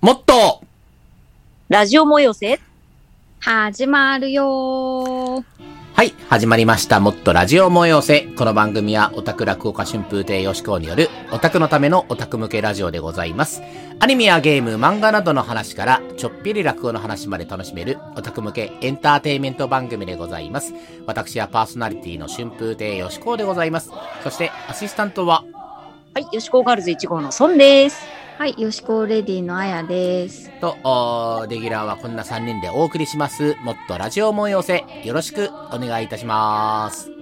もっとラジオもよせ始まるよーはい、始まりました。もっとラジオもよせ。この番組はオタク落語家春風亭よしこうによるオタクのためのオタク向けラジオでございます。アニメやゲーム、漫画などの話からちょっぴり落語の話まで楽しめるオタク向けエンターテイメント番組でございます。私はパーソナリティの春風亭よしこうでございます。そしてアシスタントははい、よしこガールズ1号のソンです。はい、よしこレディのあやです。と、おレギュラーはこんな3人でお送りします。もっとラジオもよせ。よろしくお願いいたします。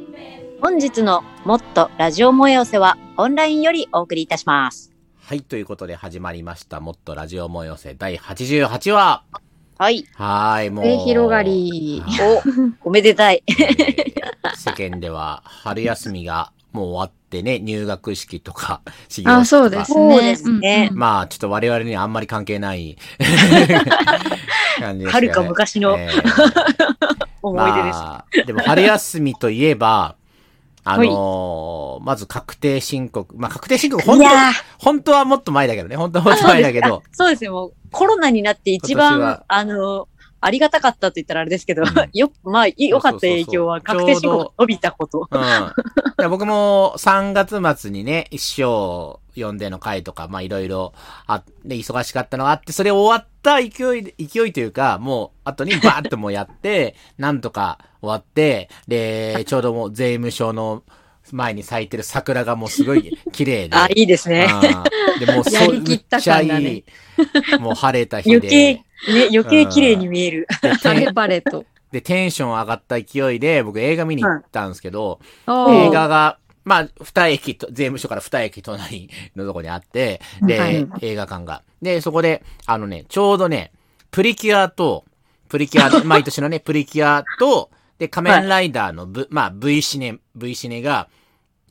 本日のもっとラジオもよせはオンラインよりお送りいたします。はい、ということで始まりました。もっとラジオもよせ第88話。はい、はーい、もう。末広がり。お、おめ でたい。 はい。世間では春休みがもう終わってね、入学式とか、始業式とかあそうですねそうですね。うんまあ、ちょっと我々にはあんまり関係ない 感じですよね。はるか昔のえー思い出です。まあでも春休みといえば、あのーまず確定申告。まあ、確定申告、本当いやー本当はもっと前だけどね。本当はもっと前だけど。そうですね、もうコロナになって一今年番は、あの、ありがたかったと言ったらあれですけど、うん よ、まあ、い良かった影響はそうそう確そうそう定申告が伸びたこと。うん。いや僕も3月末にね、一生読んでの回とか、まあいろいろあって、忙しかったのがあって、それ終わった勢いで、勢いというか、もう後にバーッともうやって、 なんとか終わって、で、ちょうどもう税務署の前に咲いてる桜がもうすごい綺麗で。あ、いいですね。うんでもうやそう、りきめっっちたゃ感がねいい。もう晴れた日で。余計、ね、余計綺麗に見える。でタテレンパレと。で、テンション上がった勢いで、僕映画見に行ったんですけど、あうん ー映画が、まあ、二駅と、税務署から二駅隣のとこにあって、で、はい映画館が。で、そこで、あのね、ちょうどね、プリキュアと、プリキュア、 毎年のね、プリキュアと、で、仮面ライダーの、ブまあ、V シネ、V シネが、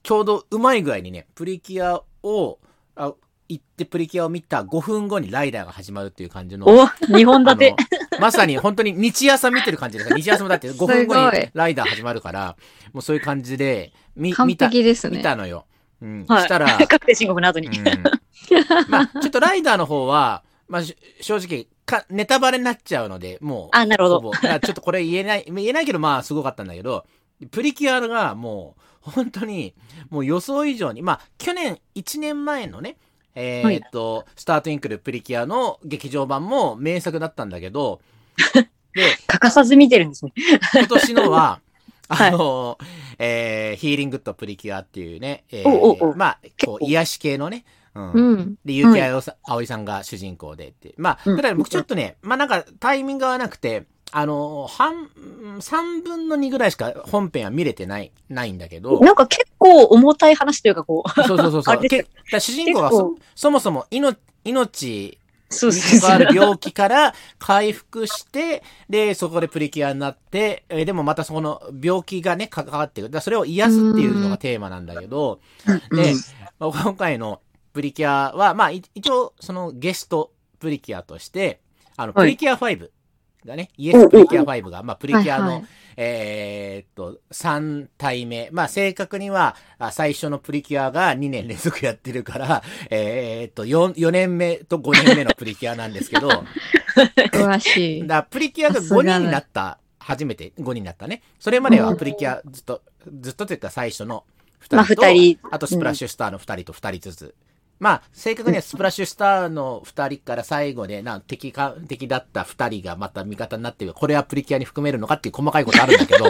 ちょうどうまい具合にね、プリキュアを、あ行ってプリキュアを見た5分後にライダーが始まるっていう感じの。お、日本立て。あのまさに本当に日朝見てる感じですから。日朝も だって5分後すごにいライダー始まるから、もうそういう感じで、み完見た、璧です見ね。たのよ。うん。はいした ら、確定申告の後に。うんまあ、ちょっとライダーの方は、まあ、し正直か、ネタバレになっちゃうので、もう、あ、なるほほど。ぼだからちょっとこれ言えない、言えないけど、まあ、すごかったんだけど、プリキュアがもう、本当に、もう予想以上に、まあ、去年、1年前のね、えーっと、スタートインクルプリキュアの劇場版も名作だったんだけど、で、欠かさず見てるんですね。今年のは、 はあいの、えーヒーリングとプリキュアっていうね、えーおうおうおうまあ、こう、癒し系のね、うんうん。で、結城あおさ葵さんが主人公でって。まあ、うんただ僕ちょっとね、まあなんかタイミングが合わなくて、あのー、半、3分の2ぐらいしか本編は見れてない、ないんだけど、なんか結構重たい話というかこう、そうそうそうそあう。れけだから主人公がそそもそも命、命そうでにす関わね る。病気から回復して、で、そこでプリキュアになって、えーでもまたそこの病気がね、関わってくる。だからそれを癒すっていうのがテーマなんだけど、で、まあ今回のプリキュアは、まあ、い一応、そのゲストプリキュアとして、あの、はいプリキュア5がね、イエスプリキュア5が、まあ、プリキュアの、はいはいえーっと、3体目。まあ、正確には、あ最初のプリキュアが2年連続やってるから、 えーっと4、4年目と5年目のプリキュアなんですけ ど、詳しい。だプリキュアがさすが5だ人になった、初めて5人になったね。それまではプリキュアずっと、ずっとというか最初の2人と、まあ二人あとスプラッシュスターの2人と2人ずつ。まあ、正確にはスプラッシュスターの2人から最後で、なん敵か、敵だった2人がまた味方になってる。これはプリキュアに含めるのかっていう細かいことあるんだけど、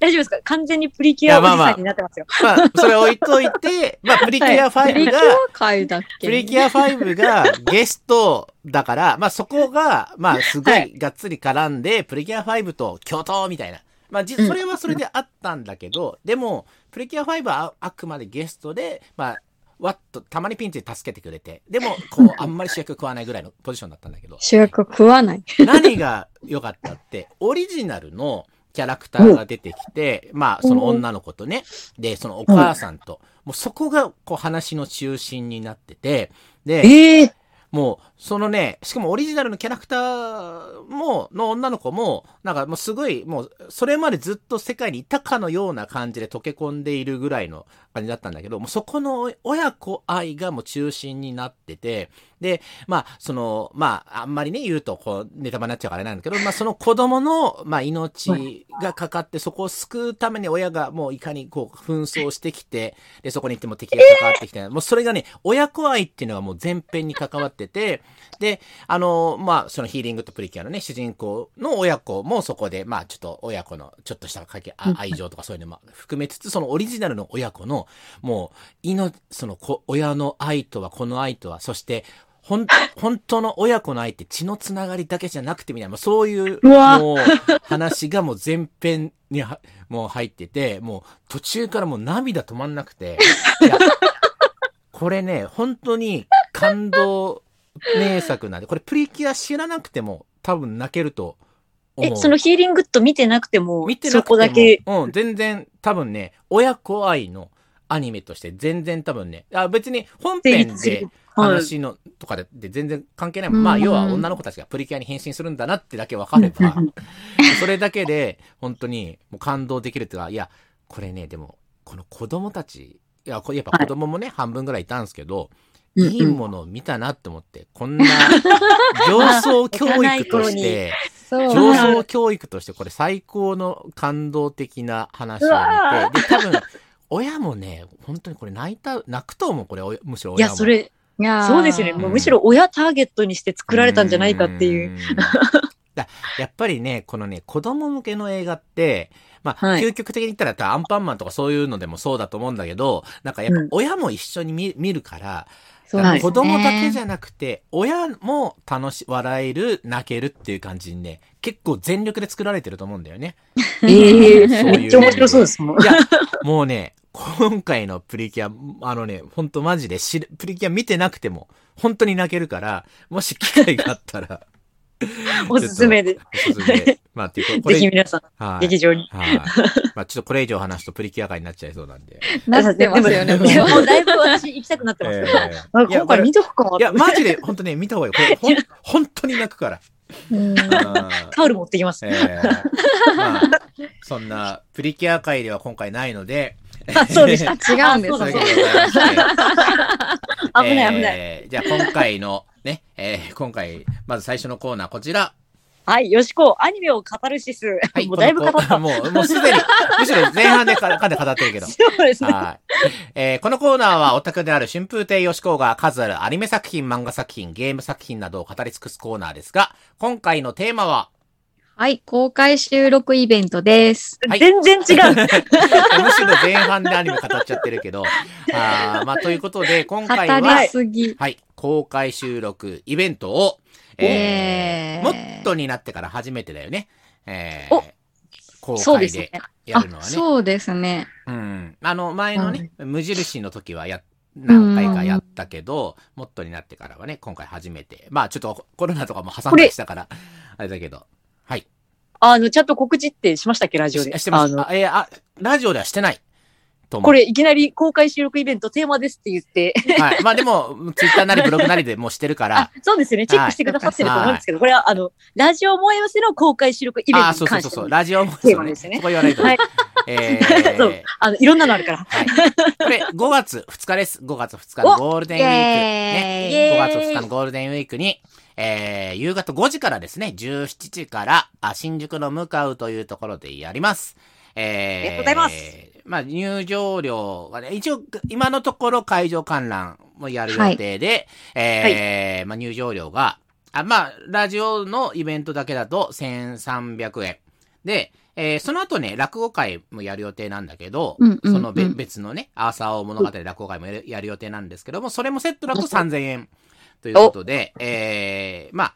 大丈夫ですか完全にプリキュアおじさんになってますよ。まあ、それ置いといて、まあ、プリキュアプ5リキが、ュア会だっけプリキュア5がゲストだ から、まあそこが、まあすごはいがっつり絡んで、プリキュア5と共闘みたいな。まあじ、うんそれはそれであったんだけど、でも、プリキュア5はああくまでゲストで、まあ、わっと、たまにピンチで助けてくれて、でも、こう、あんまり主役食わないぐらいのポジションだったんだけど、主役食わない。何が良かったって、オリジナルのキャラクターが出てきて、まあ、その女の子とね、で、そのお母さんと、もうそこが、こう、話の中心になってて、で、ええもう、そのね、しかもオリジナルのキャラクターも、の女の子も、なんかもうすごい、もう、それまでずっと世界にいたかのような感じで溶け込んでいるぐらいの感じだったんだけど、もうそこの親子愛がもう中心になってて、で、まあ、その、まあ、あんまりね、言うと、こう、ネタバレになっちゃうからあれなんだけど、まあ、その子供の、まあ、命がかかって、そこを救うために親がもういかにこう、紛争してきて、で、そこに行っても敵が関わってきて、もうそれがね、親子愛っていうのがもう全編に関わってて、で、あの、まあ、そのヒーリングとプリキュアのね、主人公の親子もそこで、まあ、ちょっと親子の、ちょっとしたかけ、あうん愛情とかそういうのも含めつつ、そのオリジナルの親子の、もう、いの、その子、親の愛とは、この愛とは、そして、ほん、 本当の親子の愛って血のつながりだけじゃなくてみたいな、もうそういう、うわもう、話がもう全編には、もう入ってて、もう途中からもう涙止まんなくて、いやこれね、本当に感動名作なんで、これプリキュア知らなくても多分泣けると思う。え、そのヒーリングッド見てなくても、見てなそくてもこだけ。うん、全然、多分ね、親子愛のアニメとして全然多分ね、あ別に本編成立すでる話の、とかでで全然関係ないもん。まあ、うん要は女の子たちがプリキュアに変身するんだなってだけ分かればうんうん、それだけで、本当にもう感動できるというか、いや、これね、でも、この子供たち、いや、これやっぱ子供もね、半分ぐらいいたんですけど、うんうんいいものを見たなって思って、こ んな上層教育として、そう上層教育としてこれ最高の感動的な話をうわ見て、で、多分、親もね、本当にこれ泣いた、泣くと思う、これ、おむしろい親や、も。それ、いやーそうですよね。もうむしろ親ターゲットにして作られたんじゃないかっていう。うーん。だやっぱりね、このね、子供向けの映画って、まあ、はい究極的に言ったら、アンパンマンとかそういうのでもそうだと思うんだけど、なんかやっぱうん親も一緒に見見るから、そうはい子供だけじゃゃなくて、親も楽し、笑える、泣けるっていう感じにね、結構全力で作られてると思うんだよね。ええそういうめっちゃ面白そうですもん。い や、もうね、今回のプリキュア、あのね、ほんとマジで知る、プリキュア見てなくても、本当に泣けるから、もし機会があったら、おすすめで。おすすめで。まあ、っていうこぜれ、ひ皆さん、はい。劇場に。はい。まあ、ちょっとこれ以上話すとプリキュア会になっちゃいそう なんで。 なってますよね。でもも でももううだいぶ私行きたくなってますけど。えあいや今回見とくかこれい。や、マジで、本当ね、見た方がいい。これ、ほん、本当に泣くから。うんうん タオル持ってきます。えーまあ、そんな、プリキュア会では今回ないので、あ、そうでした。違うんですあそそうういうだこそうとだでございまして 危ない危ない。えーじゃあ今回のね、えー今回、まず最初のコーナーこちら。はい、よしこ、アニメを語るシス。はい、もうだいぶ語っこのコた。ー もう、もうすでに、むしろ前半でかかで語ってるけど。そうですね。はい。えーこのコーナーはオタクである春風亭よしこが数あるアニメ作品、漫画作品、ゲーム作品などを語り尽くすコーナーですが、今回のテーマは、はい、公開収録イベントです。はい全然 違う。むしろ前半でアニメ語っちゃってるけど、あーまあ、ということで、今語回は、りすぎ。はい、公開収録イベントを、えーえーもっとになってから初めてだよね。えーお公そうで開すねで。やあるの、はね。そうですね。うん。あの、前のね、無印の時はや、何回かやったけど、もっとになってからはね、今回初めて。まあ、ちょっとコロナとかも挟んこでれしたから、あれだけど。はい。あの、ちゃんと告知ってしましたっけ、ラジオで。ししてまあす。のあ、えーあ、ラジオではしてない。と思うこれ、いきなり公開収録イベントテーマですって言って、はい。まあでも、ツイッターなりブログなりでもうしてるからあ、、 そうですよね、チェックしてくださってると思うんですけど、これは、あの、ラジオ燃え寄せの公開収録イベンあトー、そにうそうそう関してそのう、。ラジオもテーマですねそこ言わないと。はいえー そうあの、いろんなのあるから。はい。これ、5月2日です。5月2日のゴールデンウィーク。ね。イイエーイ5月2日のゴールデンウィークに、えー、夕方5時からですね、17時から、あ新宿の向かうというところでやります。えー、ありがとうございます。まあ、入場料はね、一応、今のところ会場観覧もやる予定で、えーまあ、入場料が、あまあ、ラジオのイベントだけだと1300円。で、えーその後ね、落語会もやる予定なんだけど、うんうんうんそのべ別のね、アーサー王物語落語会もやるやる予定なんですけども、それもセットだと3000円ということで、えー、まあ、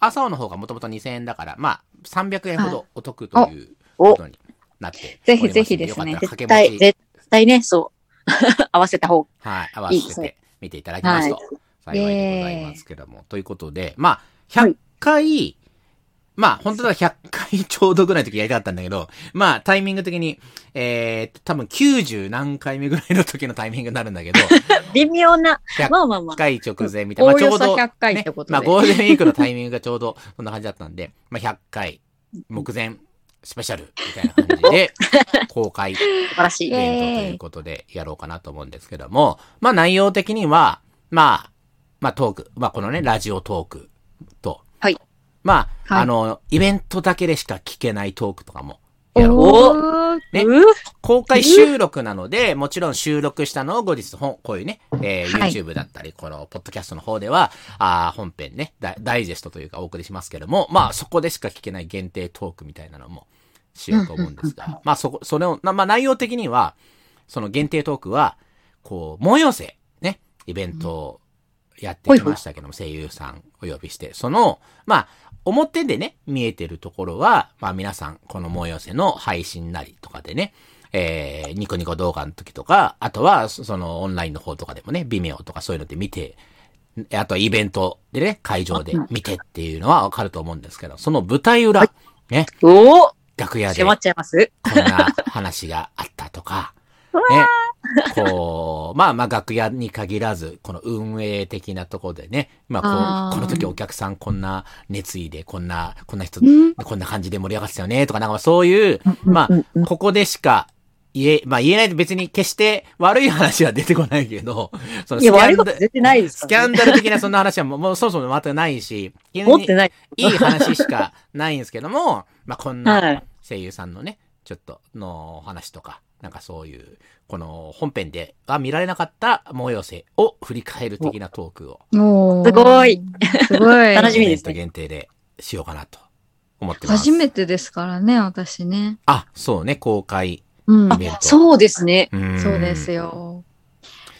アーサー王の方がもともと2000円だから、まあ、300円ほどお得というおことになっておぜりますひので。ぜひですねよかったら掛絶け対、持ち、絶対ね、そう。 合わせた方が。はい、合わせて見ていただきますと幸いでございますけども。ということで、まあ、100回、まあ、本当は100回ちょうどぐらいの時やりたかったんだけど、まあ、タイミング的に、えー、多分90何回目ぐらいの時のタイミングになるんだけど、微妙な100。まあまあまあ。回直前みたいおな。まおあ、ちょようそど、 100回っねてことで。まあ、ゴールデンウィークのタイミングがちょうどそんな感じだったんで、まあ、100回目前スペシャルみたいな感じ で公開イ素晴らしい。ベントということでやろうかなと思うんですけども、まあ、内容的には、まあ、まあ、トーク、まあ、このね、ラジオトークと、はい。まあ、はいあの、イベントだけでしか聞けないトークとかもやろうおーねうー公開収録なので、もちろん収録したのを後日本、こういうね、えーはい YouTube だったり、この、ポッドキャストの方では、あー本編ねダイ、ダイジェストというかお送りしますけども、まあ、そこでしか聞けない限定トークみたいなのもしようと思うんですが、まあ、そこ、それを、なまあ、内容的には、その限定トークは、こう、もよせ、ね、イベントをやってきましたけども、声優さんお呼びして、その、まあ、表でね、見えてるところは、まあ皆さん、この催せの配信なりとかでね、えー、ニコニコ動画の時とか、あとは、そその、オンラインの方とかでもね、微妙とかそういうので見て、あとはイベントでね、会場で見てっていうのはわかると思うんですけど、その舞台裏、ね、おお楽屋で迫っちゃいますこんな話があったとか、ね、こう、まあまあ楽屋に限らず、この運営的なところでね、まああーこう、この時お客さんこんな熱意で、こんな、こんな人、うんこんな感じで盛り上がってたよね、とか、なんかそういう、まうんうんあ、ここでしか言え、まあ言えないと別に決して悪い話は出てこないけど、 そのいや、悪いダこと出てないですスかキャらンね。ダル的なそんな話はもう もうそもそも全くないし、い持ってない。い話しかないんですけども、 まあこんな、はい。声優さんのね、ちょっとのお話とか、なんかそういう、この本編では見られなかった催せを振り返る的なトークを、おーすごい。すごい。楽しみですねイベント限定でしようかなと思ってます。初めてですからね、私ね。あ、そうね、公開うんイ。ベント。うそうですね。ーんそうです。よ。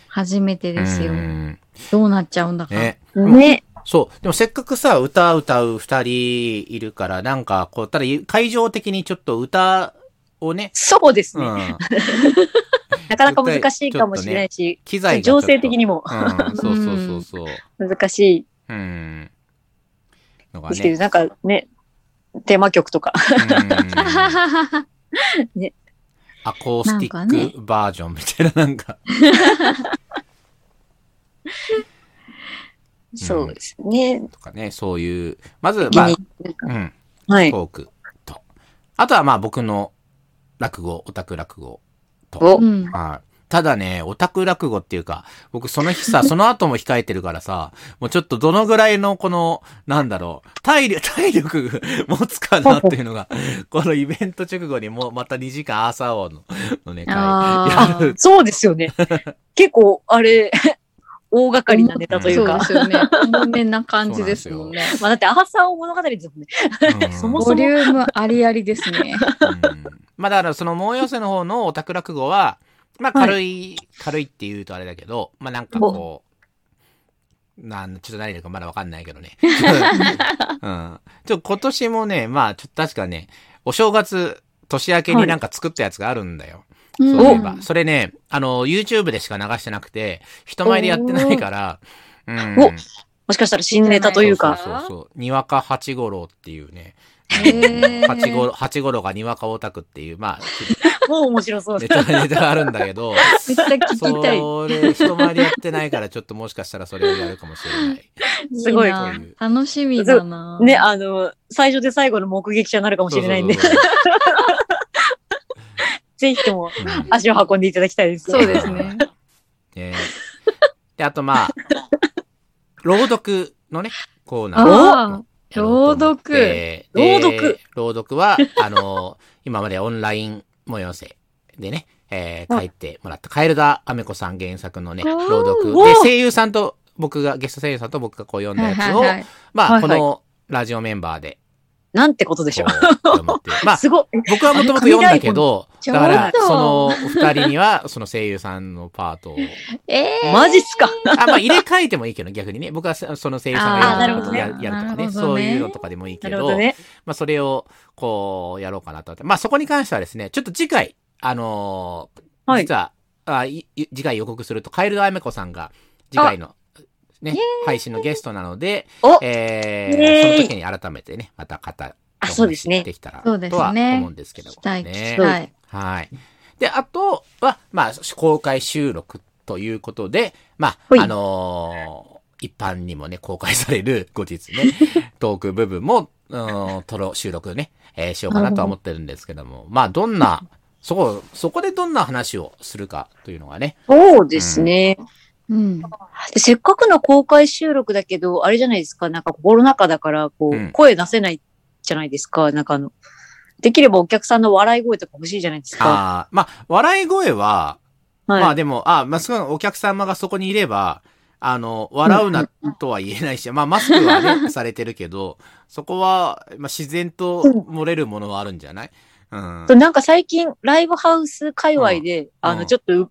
初めてですようー。んどうなっちゃうんだか。ね。ね。そう。でもせっかくさ、歌歌う二人いるから、なんか、こう、ただ会場的にちょっと歌をね、そうですうね。ん。なかなか難しいかもしれないし、機材がちょっ情と。勢的にもうん、そうそうそうそう。難しいうん。のがですけど、ね。なんかね、テーマ曲とか。うんねアコースティなんかねックバージョンみたいな、なんか。そうですね。とかね、そういう。まず、気まあに、なんかうん、はい。トークと。あとは、まあ、僕の落語、オタク落語。お う、ん。はい。ただね、オタク落語っていうか、僕その日 さ、その後も控えてるからさ、もうちょっとどのぐらいのこの、なんだろう、体力、 体力持つかなっていうのが、このイベント直後にもうまた2時間アーサー王ののね、会あやーるそうです よね。結構、あれ、 大掛かりなネタというそうかで。すよね。重めな感じですもんね。まあだって、アハサーを物語ですもんね。うん そもそボリュームありありですね。うんまあだからその盲寄せの方のオタク落語は、まあ軽い、軽いって言うとあれだけど、まあなんかこう、なんちょっと何だかまだわかんないけどね。 うん。ちょっと今年もね、まあちょっと確かね、お正月、年明けになんか作ったやつがあるんだよ。うんそういえば。それね、あの、YouTube でしか流してなくて、人前でやってないから、うん。おもしかしたら新ネタというか。そうそうそうそう。にわか八五郎っていうね。へー八五郎、八五郎がにわかオタクっていう、まあ、もう面白そうネです。タ、ネタがあるんだけど、めっちゃ聞きたい。それ、人前でやってないから、ちょっともしかしたらそれをやるかもしれない。すごいな楽しみだな。ね、あの、最初で最後の目撃者になるかもしれないんで、そうそうそう ぜひともうん足を運んでいただきたいですね。そうですね。ねで、あとまあ、朗読のね、コーナーあをあ。やろうと思ってで朗読朗読は、 あの、今までオンライン催せでね、えー書いてもらった、カエルダ・アメコさん原作のね、あー朗読おでー、声優さんと、僕が、ゲスト声優さんと僕がこう読んだはいやはいつを、はい。まはあ、いこはいのラジオメンバーで、なんてことでしょこう読むっていう。まあう。、すごい。僕はもともと読んだけど、ちょうだどから、その、お二人には、その声優さんのパートを。ええ。マジっすかあ、まあ、入れ替えてもいいけど、逆にね。僕はそその声優さんがやるとかあーなやるやほるとかどねなるほねどねそういうのとかでもいいけなるほど、どね。まあ、それを、こう、やろうかなと思って。まあ、そこに関してはですね、ちょっと次回、あのーはい実はあいい次回予告すると、カエルドアメコさんが、次回の、ね、配信のゲストなのでお、えイエーー、イその時に改めてね、また語あそうですねできたらそうですねとは思うんですけども、期待、ね期待。はい。で、あとは、まあ、公開収録ということで、まはいあ、あのー一般にもね、公開される 後日ね、トーク部分も、うん、とろ、収録ね、えーしようかなとは思ってるんですけども、まあ、どんな、そこ、そこでどんな話をするかというのがね、そうですね、うん。でせっかくの公開収録だけど、あれじゃないですか、なんかコロナ禍だから、こう、うん声出せないじゃないですか、なんかあの、できればお客さんの笑い声とか欲しいじゃないですか。ああ、まあ、笑い声は、はいまあでも、あまあ、そのお客様がそこにいれば、あの、笑うなとは言えないし、まあマスクはね、されてるけど、そこは、まあ自然と漏れるものはあるんじゃないうん。となんか最近、ライブハウス界隈で、あうんの、ちょっとう、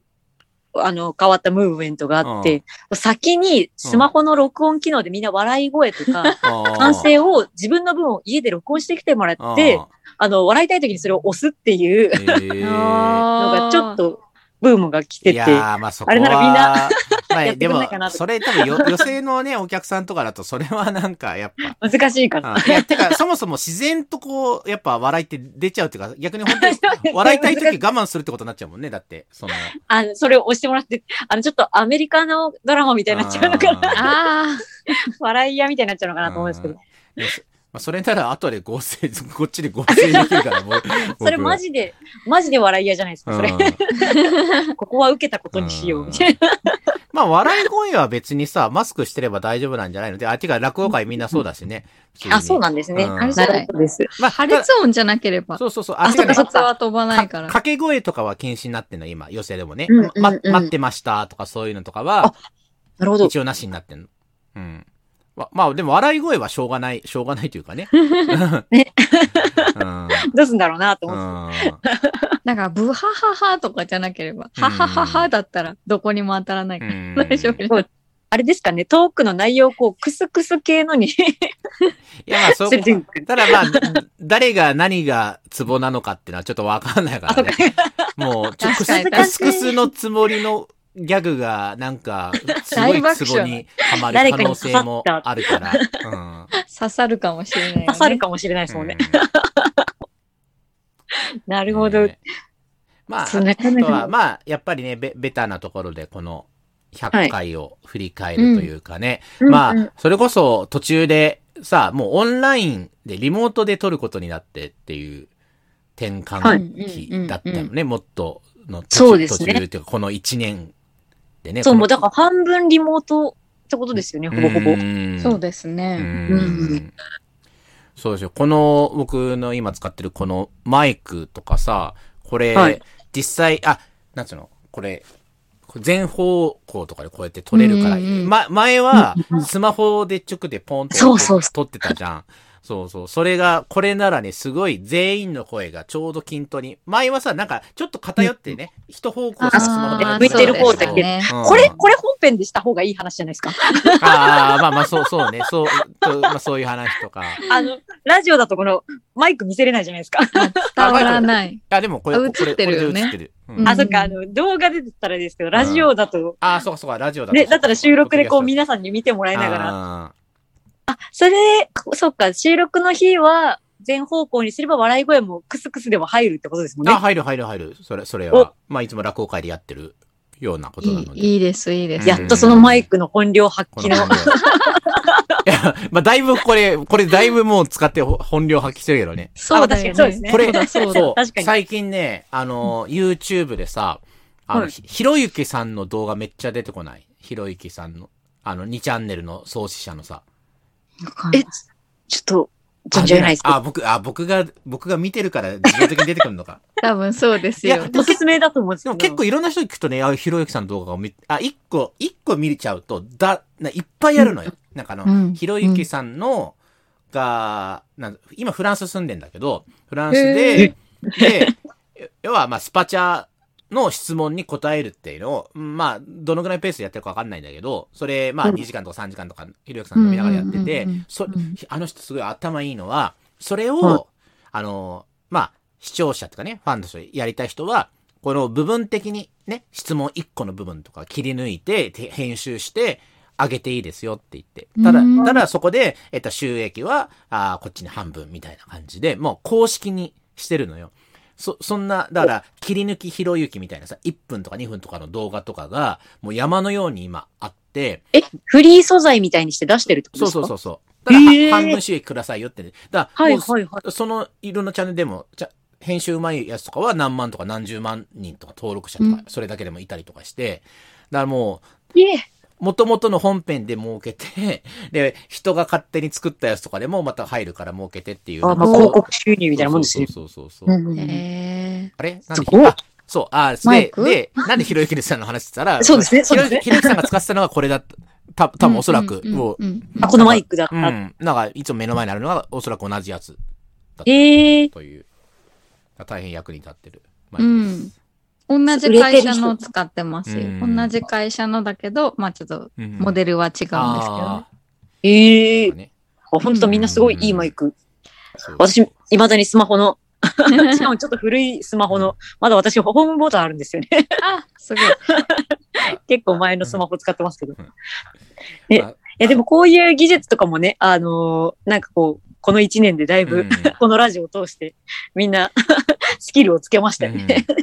あの、変わったムーブメントがあって、先にスマホの録音機能でみんな笑い声とか、完反省を自分の分を家で録音してきてもら って、あの、笑いたい時にそれを押すっていうののがちょっとブームが来ていて。やー、まあそこは。あれならみんなまあやってでくんないもかな、とそれ多 分よ、女性のね、お客さんとかだと、それはなんか、やっぱ、難しいかな。うんいや、てか、そもそも自然とこう、やっぱ笑いって出ちゃうっていうか、逆に本当に笑い たい時我慢するってことになっちゃうもんね。だって、その。あの、それを押してもらって、あの、ちょっとアメリカのドラマみたいになっちゃうのかな。ああ笑い屋みたいになっちゃうのかーなと思うんですけど。。いやそ まあ、それなら後で合成、こっちで合成できるから、 もう。それマジで、マジで笑い屋じゃないですうか、んそれ。ここは受けたことにしよう、みたいな。まあ、笑い声は別にさ、マスクしてれば大丈夫なんじゃないので、あ、てか、落語界みんなそうだしね。 あ、そうだ。なんですね。うんなるほどです。まあ、あ、破裂音じゃなければ。そうそうそう。ああ、てかね、かそう発は飛ばないから。掛け声とかは禁止になってんの、今、寄せでもね。うんうんうんま、待ってましたとかそういうのとかは、なるほど。一応なしになってんの。うん。ままあ、でも笑い声はしょうがない、しょうがないというかね。 ね うん。どうすんだろうなとう思って。 ん。なんか、ブハハハとかじゃなければ、うんハハハハだったら、どこにも当たらないから。うん大丈夫です。あれですかね、トークの内容をこう、クスクス系のに いや、まあ、そ連れていこ、く。ただまあ、誰が何がツボなのかっていうのはちょっとわかんない からね。もう、ちょっと確かにクスクスのつもりのギャグが、なんか、すごいツボにはまる大可爆能笑性もあるから。うん。刺さるかもしれないよね。刺さるかもしれないですもんね。なるほど。ねまあ、そうなかなあかとは、まあ、やっぱりね、ベベタなところで、この、100回を振り返るというかね。うんうんまあ、それこそ途中で、さ、もうオンラインでリモートで撮ることになってっていう転換期だったはいのね、もっとの途中そうですね途中っていうか、この1年でね。そう、このもうだから半分リモートってことですよね、ほぼほぼ。うんそうですう。ね。うんそうですよ。この、僕の今使ってるこのマイクとかさ、これ、はい実際、あ、なんつうのこれ、これ全方向とかでこうやって撮れるから、うんうんうんま、前は、スマホで直でポンとそうそうそ撮ってたじゃん。そうそう。それが、これならね、すごい全員の声がちょうど均等に。前はさ、なんか、ちょっと偏ってね、一方向あでスマホであやーってたけど向いてる方だけうんこれ、これ本編でした方がいい話じゃないですか。ああ、まあまあ、そう、そうね。そう、とまあそういう話とか。あの、ラジオだとこの、マイク見せれないじゃないですか。伝わらない。あ、でもこれ、あこれ映ってるよねこれで映ってる。うんうんあ、そっか、あの、動画で出てたらですけど、ラジオだと、あー、そうかそうか、ラジオだとね、だったら収録でこう、ポッドキャス皆さんに見てもらいトながら。あそれで、そっか、収録の日は、全方向にすれば笑い声もクスクスでも入るってことですもんー、あね。入る入る入る。それ、それは。まあ、いつも落語会でやってるようなことないので。い、いいです、いいです。やっとそのマイクの本領発こ揮のの本。領いや、まあ、だいぶこれ、これだいぶもう使ってほ本領発揮してるけどね。そうだよ あ確かにそうですねこれ、そうだだそう確かに最近ね、あの、YouTube でさ、あの、はいひひろゆきさんの動画めっちゃ出てこない。ひろゆきさんの、あの、2チャンネルの創始者のさ。え、ちょっと、存じ上げないですけど。あ、僕、あ、僕が、僕が見てるから自動的に出てくるのか。多分そうですいやよ。でご説明だと思うんですでけもど。結構いろんな人に聞くとね、あ、ひろゆきさんの動画を見、あ、一個、一個見れちゃうと、だ、ないっぱいあるのよ。なんかあの、うんひろゆきさんの、が、なん今フランス住んでんだけど、フランスで、で、 要はまあスパチャの質問に答えるっていうのを、まあ、どのぐらいペースでやってるかわかんないんだけど、それ、まあうん2時間とか3時間とか、ひろゆきさん飲みながらやっててうんうんうんうん、そうんあの人すごい頭いいのは、それはいを、あの、まあ、視聴者とかね、ファンとしてやりたい人は、この部分的にね、質問1個の部分とか切り抜いて、て編集して、上げていいですよって言って。ただう、んただそこで、えっと、収益は、あーこっちに半分みたいな感じで、もう公式にしてるのよ。そ、そんな、だから、切り抜きひろゆきみたいなさ、1分とか2分とかの動画とかが、もう山のように今あって、え、フリー素材みたいにして出してるってことそでうすかそうそうそう。だから、へー半分収益くださいよって、ね。だから、はいもうはいはい。そのいろんなチャンネルでも、ちゃ編集うまいやつとかは何万とか何十万人とか登録者とか、うんそれだけでもいたりとかして、だからもいえ、う、元々の本編で儲けて、 で、人が勝手に作ったやつとかでもまた入るから儲けてっていう。あまあ、そう広告収入みたいなもんですね。そうそうそうそうう。んうんうんえあれなんですごいあそう、あマでイ、クで、なんでひろゆきのさんの話してたら、そうですね、ひそうろでゆすね。きひろゆきさんが使ってたのがこれだった。たー多分おそらく、うんうんもう、うんうんあ、このマイクだっうた。ん、なんか、いつも目の前にあるのがおそらく同じやつ。ええという。大変役に立ってる。うん同じ会社のを使ってますよ。うん同じ会社のだけど、まあちょっとうんモデルは違うんですけどねあ。ええーねあ、ほんとみんなすごいいいマイク。そう私、未だにスマホの、 しかもちょっと古いスマホの、まだ私、ホームボタンあるんですよね。 あ、すごい。結構前のスマホ使ってますけどうん。えあえ、でもこういう技術とかもね、あのーなんかこう、この一年でだいぶ、うん このラジオを通して、みんな スキルをつけましたよね。うん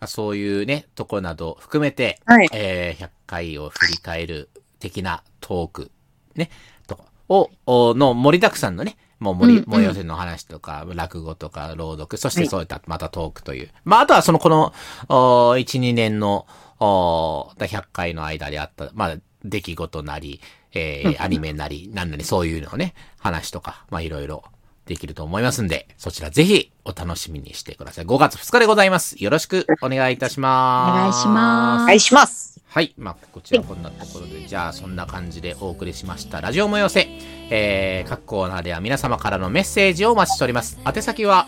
まあそういうね、とこなど含めて、はい。えー100回を振り返る的なトーク、ね、とか、を、おの盛りだくさんのね、もう盛り、うんうん盛り寄せの話とか、落語とか、朗読、そしてそういった、またトークという。まあ、あとはその、この、お1、2年の、お100回の間であった、まあ、出来事なり、えーアニメなり、なんなり、そういうのをね、話とか、まあ、いろいろできると思いますんで、そちらぜひお楽しみにしてください。5月2日でございます。よろしくお願いいたします。お願いしますお願いします。はい、まあ、こちらこんなところで、じゃあそんな感じでお送りしました。ラジオも寄せ、えー、各コーナーでは皆様からのメッセージをお待ちしております。宛先は、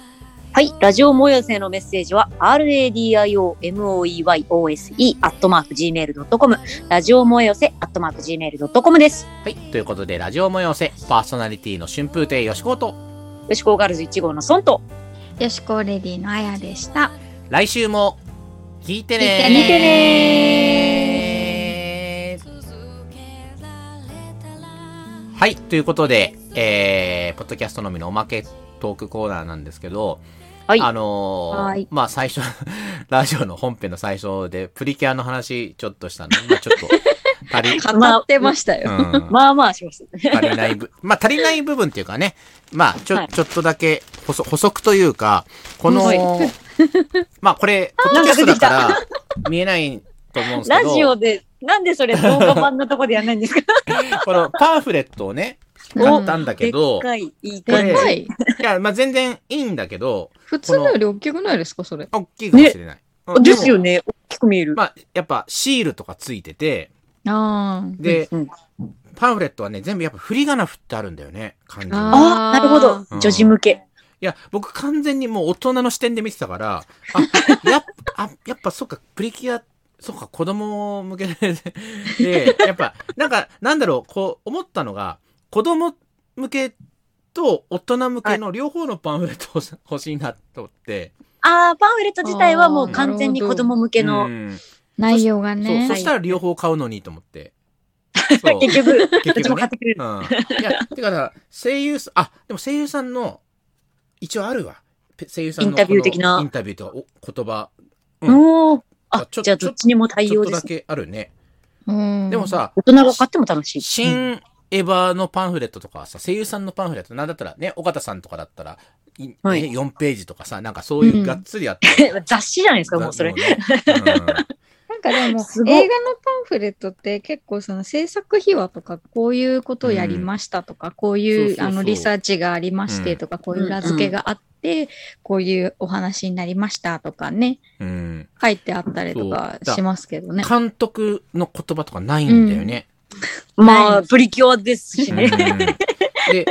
はい。ラジオ模様性のメッセージは、radiomoeyose アットマーク gmail.com、ラジオ模様性アットマーク gmail.com です。はい、ということで、ラジオも寄せ、パーソナリティの春風亭よしこと、よしこガールズ1号のソンと、よしこレディのあやでした。来週も、聞いてねー聞いてはい、ということで、えー、ポッドキャストのみのおまけトークコーナーなんですけど、はいあのーはいまあ最初、 ラジオの本編の最初で、プリキュアの話ちょっとしたの。まあちょっと、足 り、か待ってましたうよ。ん、まあまあします。足りない部、 まあ足りない部分っていうかね、まあちょ、はいちょっとだけ補足補足というか、このはい、 まあこ れ、ポッドキャストだから見えないと思うんですけラど、ジオで、なんでそれ動画版のとこでやんないんですかこのパンフレットをね、買ったんだ けど、でっかい、いいこれで感じっ。かい。いや、まあ全然いいんだけど、普通のより大きくないですか、それ。大きいかもしれない。うんですよもね。大きく見える。まあ、やっぱシールとかついてて、あーで、うんうんパンフレットはね、全部やっぱ振り仮名振ってあるんだよね、完全に。いああ、なるほどうん。女子向け。や、僕完全にもう大人の視点で見てたから、 あ、やっぱ、あやっぱそっか、プリキュア、そっか、子供向けで、で、やっぱ、なんか、なんだろう、こう、思ったのが、子供向けと大人向けの両方のパンフレットを 欲しいなと思って、ああ、パンフレット自体はもう完全に子供向けのう。ん内容がそう、ねそ。したら両方買うのにと思って。そう結局、どっ結ちも局買ね。ってくれる。うん。いや、てかさ、声優さん、あ、でも声優さんの、一応あるわ。ぺ声優さんのインタビュー的なこのインタビューとかお言葉、うんおーあ、ちょじゃあどっちにも対ちょ応っとでだすね。けあるね。ででも、さ、大人が買っても楽しい。新エヴァのパンフレットとかはさ、声優さんのパンフレット、なんだったらね、尾形さんとかだったら、いね、はい4ページとかさ、なんかそういうがっつりやってる雑誌じゃ ないですか、もうそれ。ねうなんかでもす、ごい映画のパンフレットって結構その制作秘話とか、こういうことをやりましたとか、こういそううそうそうあのリサーチがありましてとか、こういう裏付けがあって、こういうお話になりましたとかね、んう ん書いてあったりとかそうしますけどね。監督の言葉とかないんだよね。まあ、プリキュアですしうんね。で、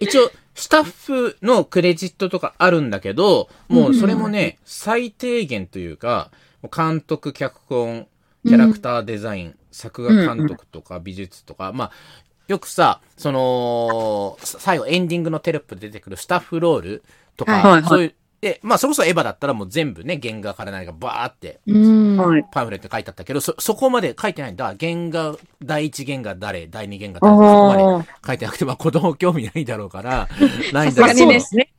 一応、スタッフのクレジットとかあるんだけど、もうそれもね、最低限というか、もう監督、脚本、キャラクターデザイン、作画監督とか美術とか、まあ、よくさ、その、さ最後エンディングのテロップで出てくるスタッフロールとか、はいはいはいそういうで、まあ、それこそエヴァだったらもう全部ね、原画から何かバーってうん。はい。パンフレットに書いてあったけど、そ、そこまで書いてないんだ。原画、第一原画誰、第二原画あ誰、そこまであ。書いてなくて、まあ子供興味ないだろう から、ないんさだすがけどにですね。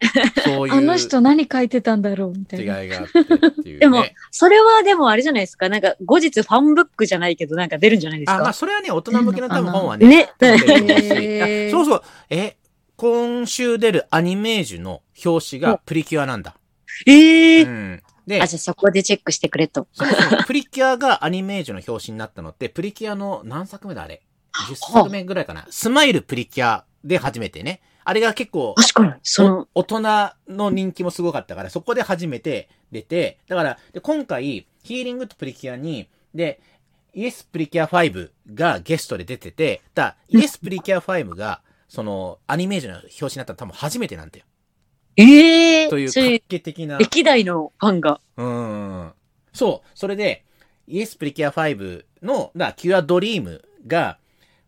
そういうあの人何書いてたんだろうみた違いいがな。あってっていう、ね。でもそれはでもあれじゃないですか。なんか後日ファンブックじゃないけど、なんか出るんじゃないですあ、まあか。それはね、大人向けの多分本はね、ね。出てると思うしへーあそうそう、え、今週出るアニメージュの表紙がプリキュアなんだ。えうえ。ん。であ、、じゃあそこでチェックしてくれと。そもそもプリキュアがアニメージュの表紙になったのって、プリキュアの何作目だあれ ?10 作目ぐらいかな。スマイルプリキュアで初めてね。あれが結構、確かに、その、お大人の人気もすごかったから、そこで初めて出て、だから、で今回、ヒーリングとプリキュアに、で、イエスプリキュア5がゲストで出てて、だイエスプリキュア5が、その、アニメージュの表紙になったの多分初めてなんだよ。ええという、そうい画う期的な。歴代のファンが。うん。そう、それで、イエスプリキュア5の、だキュアドリームが、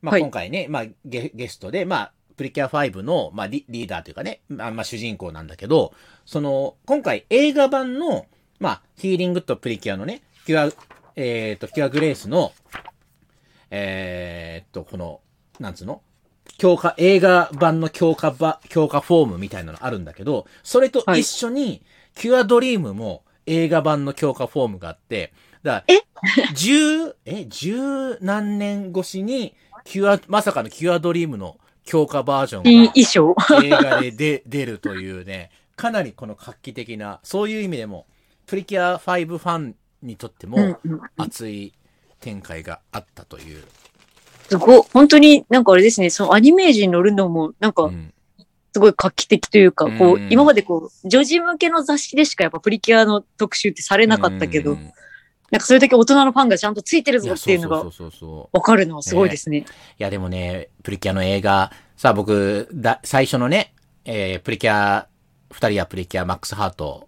まあ、はい今回ね、まあゲ、ゲストで、まあ、プリキュア5の、まあリ、リーダーというかね、まあ、まあ主人公なんだけど、その、今回映画版の、まあ、ヒーリングとプリキュアのね、キュア、えっ、と、キュアグレースの、えっ、と、この、なんつうの強化、映画版の強化ば、強化フォームみたいなのあるんだけど、それと一緒に、キュアドリームも映画版の強化フォームがあって、だから、 十、え、十何年越しに、キュア、まさかのキュアドリームの強化バージョいンいが衣装。映画で出出るというね、かなりこの画期的な、そういう意味でも、プリキュア5ファンにとってうんもうん熱い展開があったという。すごい。本当になんかあれですね、そのアニメージに乗るのも、なんかうんすごい画期的というか、う、こうん今までこう、女児向けの雑誌でしかやっぱプリキュアの特集ってされなかったけうど、んなんかそれだけ大人のファンがちゃんとついてるいぞや、ってそいううそのうそがうそうそう。わかるのはすごいですね。いや、でもね、プリキュアの映画、さあ僕、だ、最初のね、えー、プリキュア、二人はプリキュアマックスハート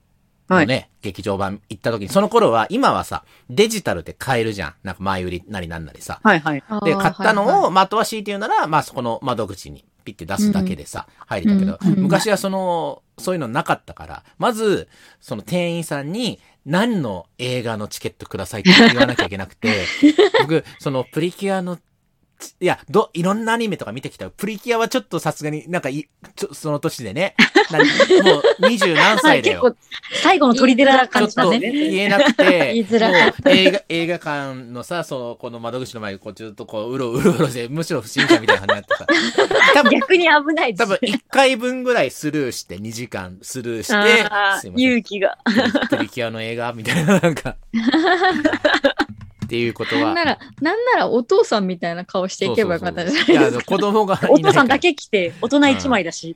のね、劇場版行った時に、その頃は、今はさ、デジタルで買えるじゃん。なんか前売りなりなんなりさ。はいはい。あーで、買ったのを、はいはいまあ、あとは強いて言うなら、まあ、そこの窓口にピッて出すだけでさ、入れたけど、うんうん昔はその、そういうのなかったから、まず、その店員さんに、何の映画のチケットくださいって言わなきゃいけなく て、僕、そのプリキュアの、ちいや、ど、いろんなアニメとか見てきた。プリキュアはちょっとさすがになんかい、ちょ、その年でね、なもう二十何は歳い、だ結よ。構、最後の砦なちょ感っじだとね。言えなくて、 言いづらかもう映画映画館のさ、その、この窓口の前、こう、ちょっとこう、うろうろうろして、むしろ不審者みたいな感じにな ってさ、多分、逆に危ないで多す分1回分ぐらいスルーして、2時間スルーして、 あすいーません勇、気が。プリキュアの映画みたいな、なんか、っていうことなはんな。ら、なんならお父さんみたいな顔していけばよかったじゃないいや、であすのか。子供がいないからお父さんだけ来て、大人一枚だいし。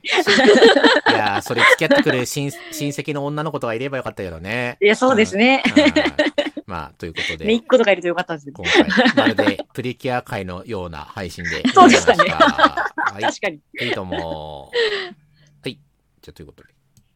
や、それ付き合ってくれる親親戚の女の子とかいればよかったけどね。いや、そうですね。はいまあ、ということで。ね、一個とかいるとよかったんですけど。今回、まるでプリキュア界のような配信で。そうでしたねございましたはい確かに。いいと思う。はい。じゃあ、ということで。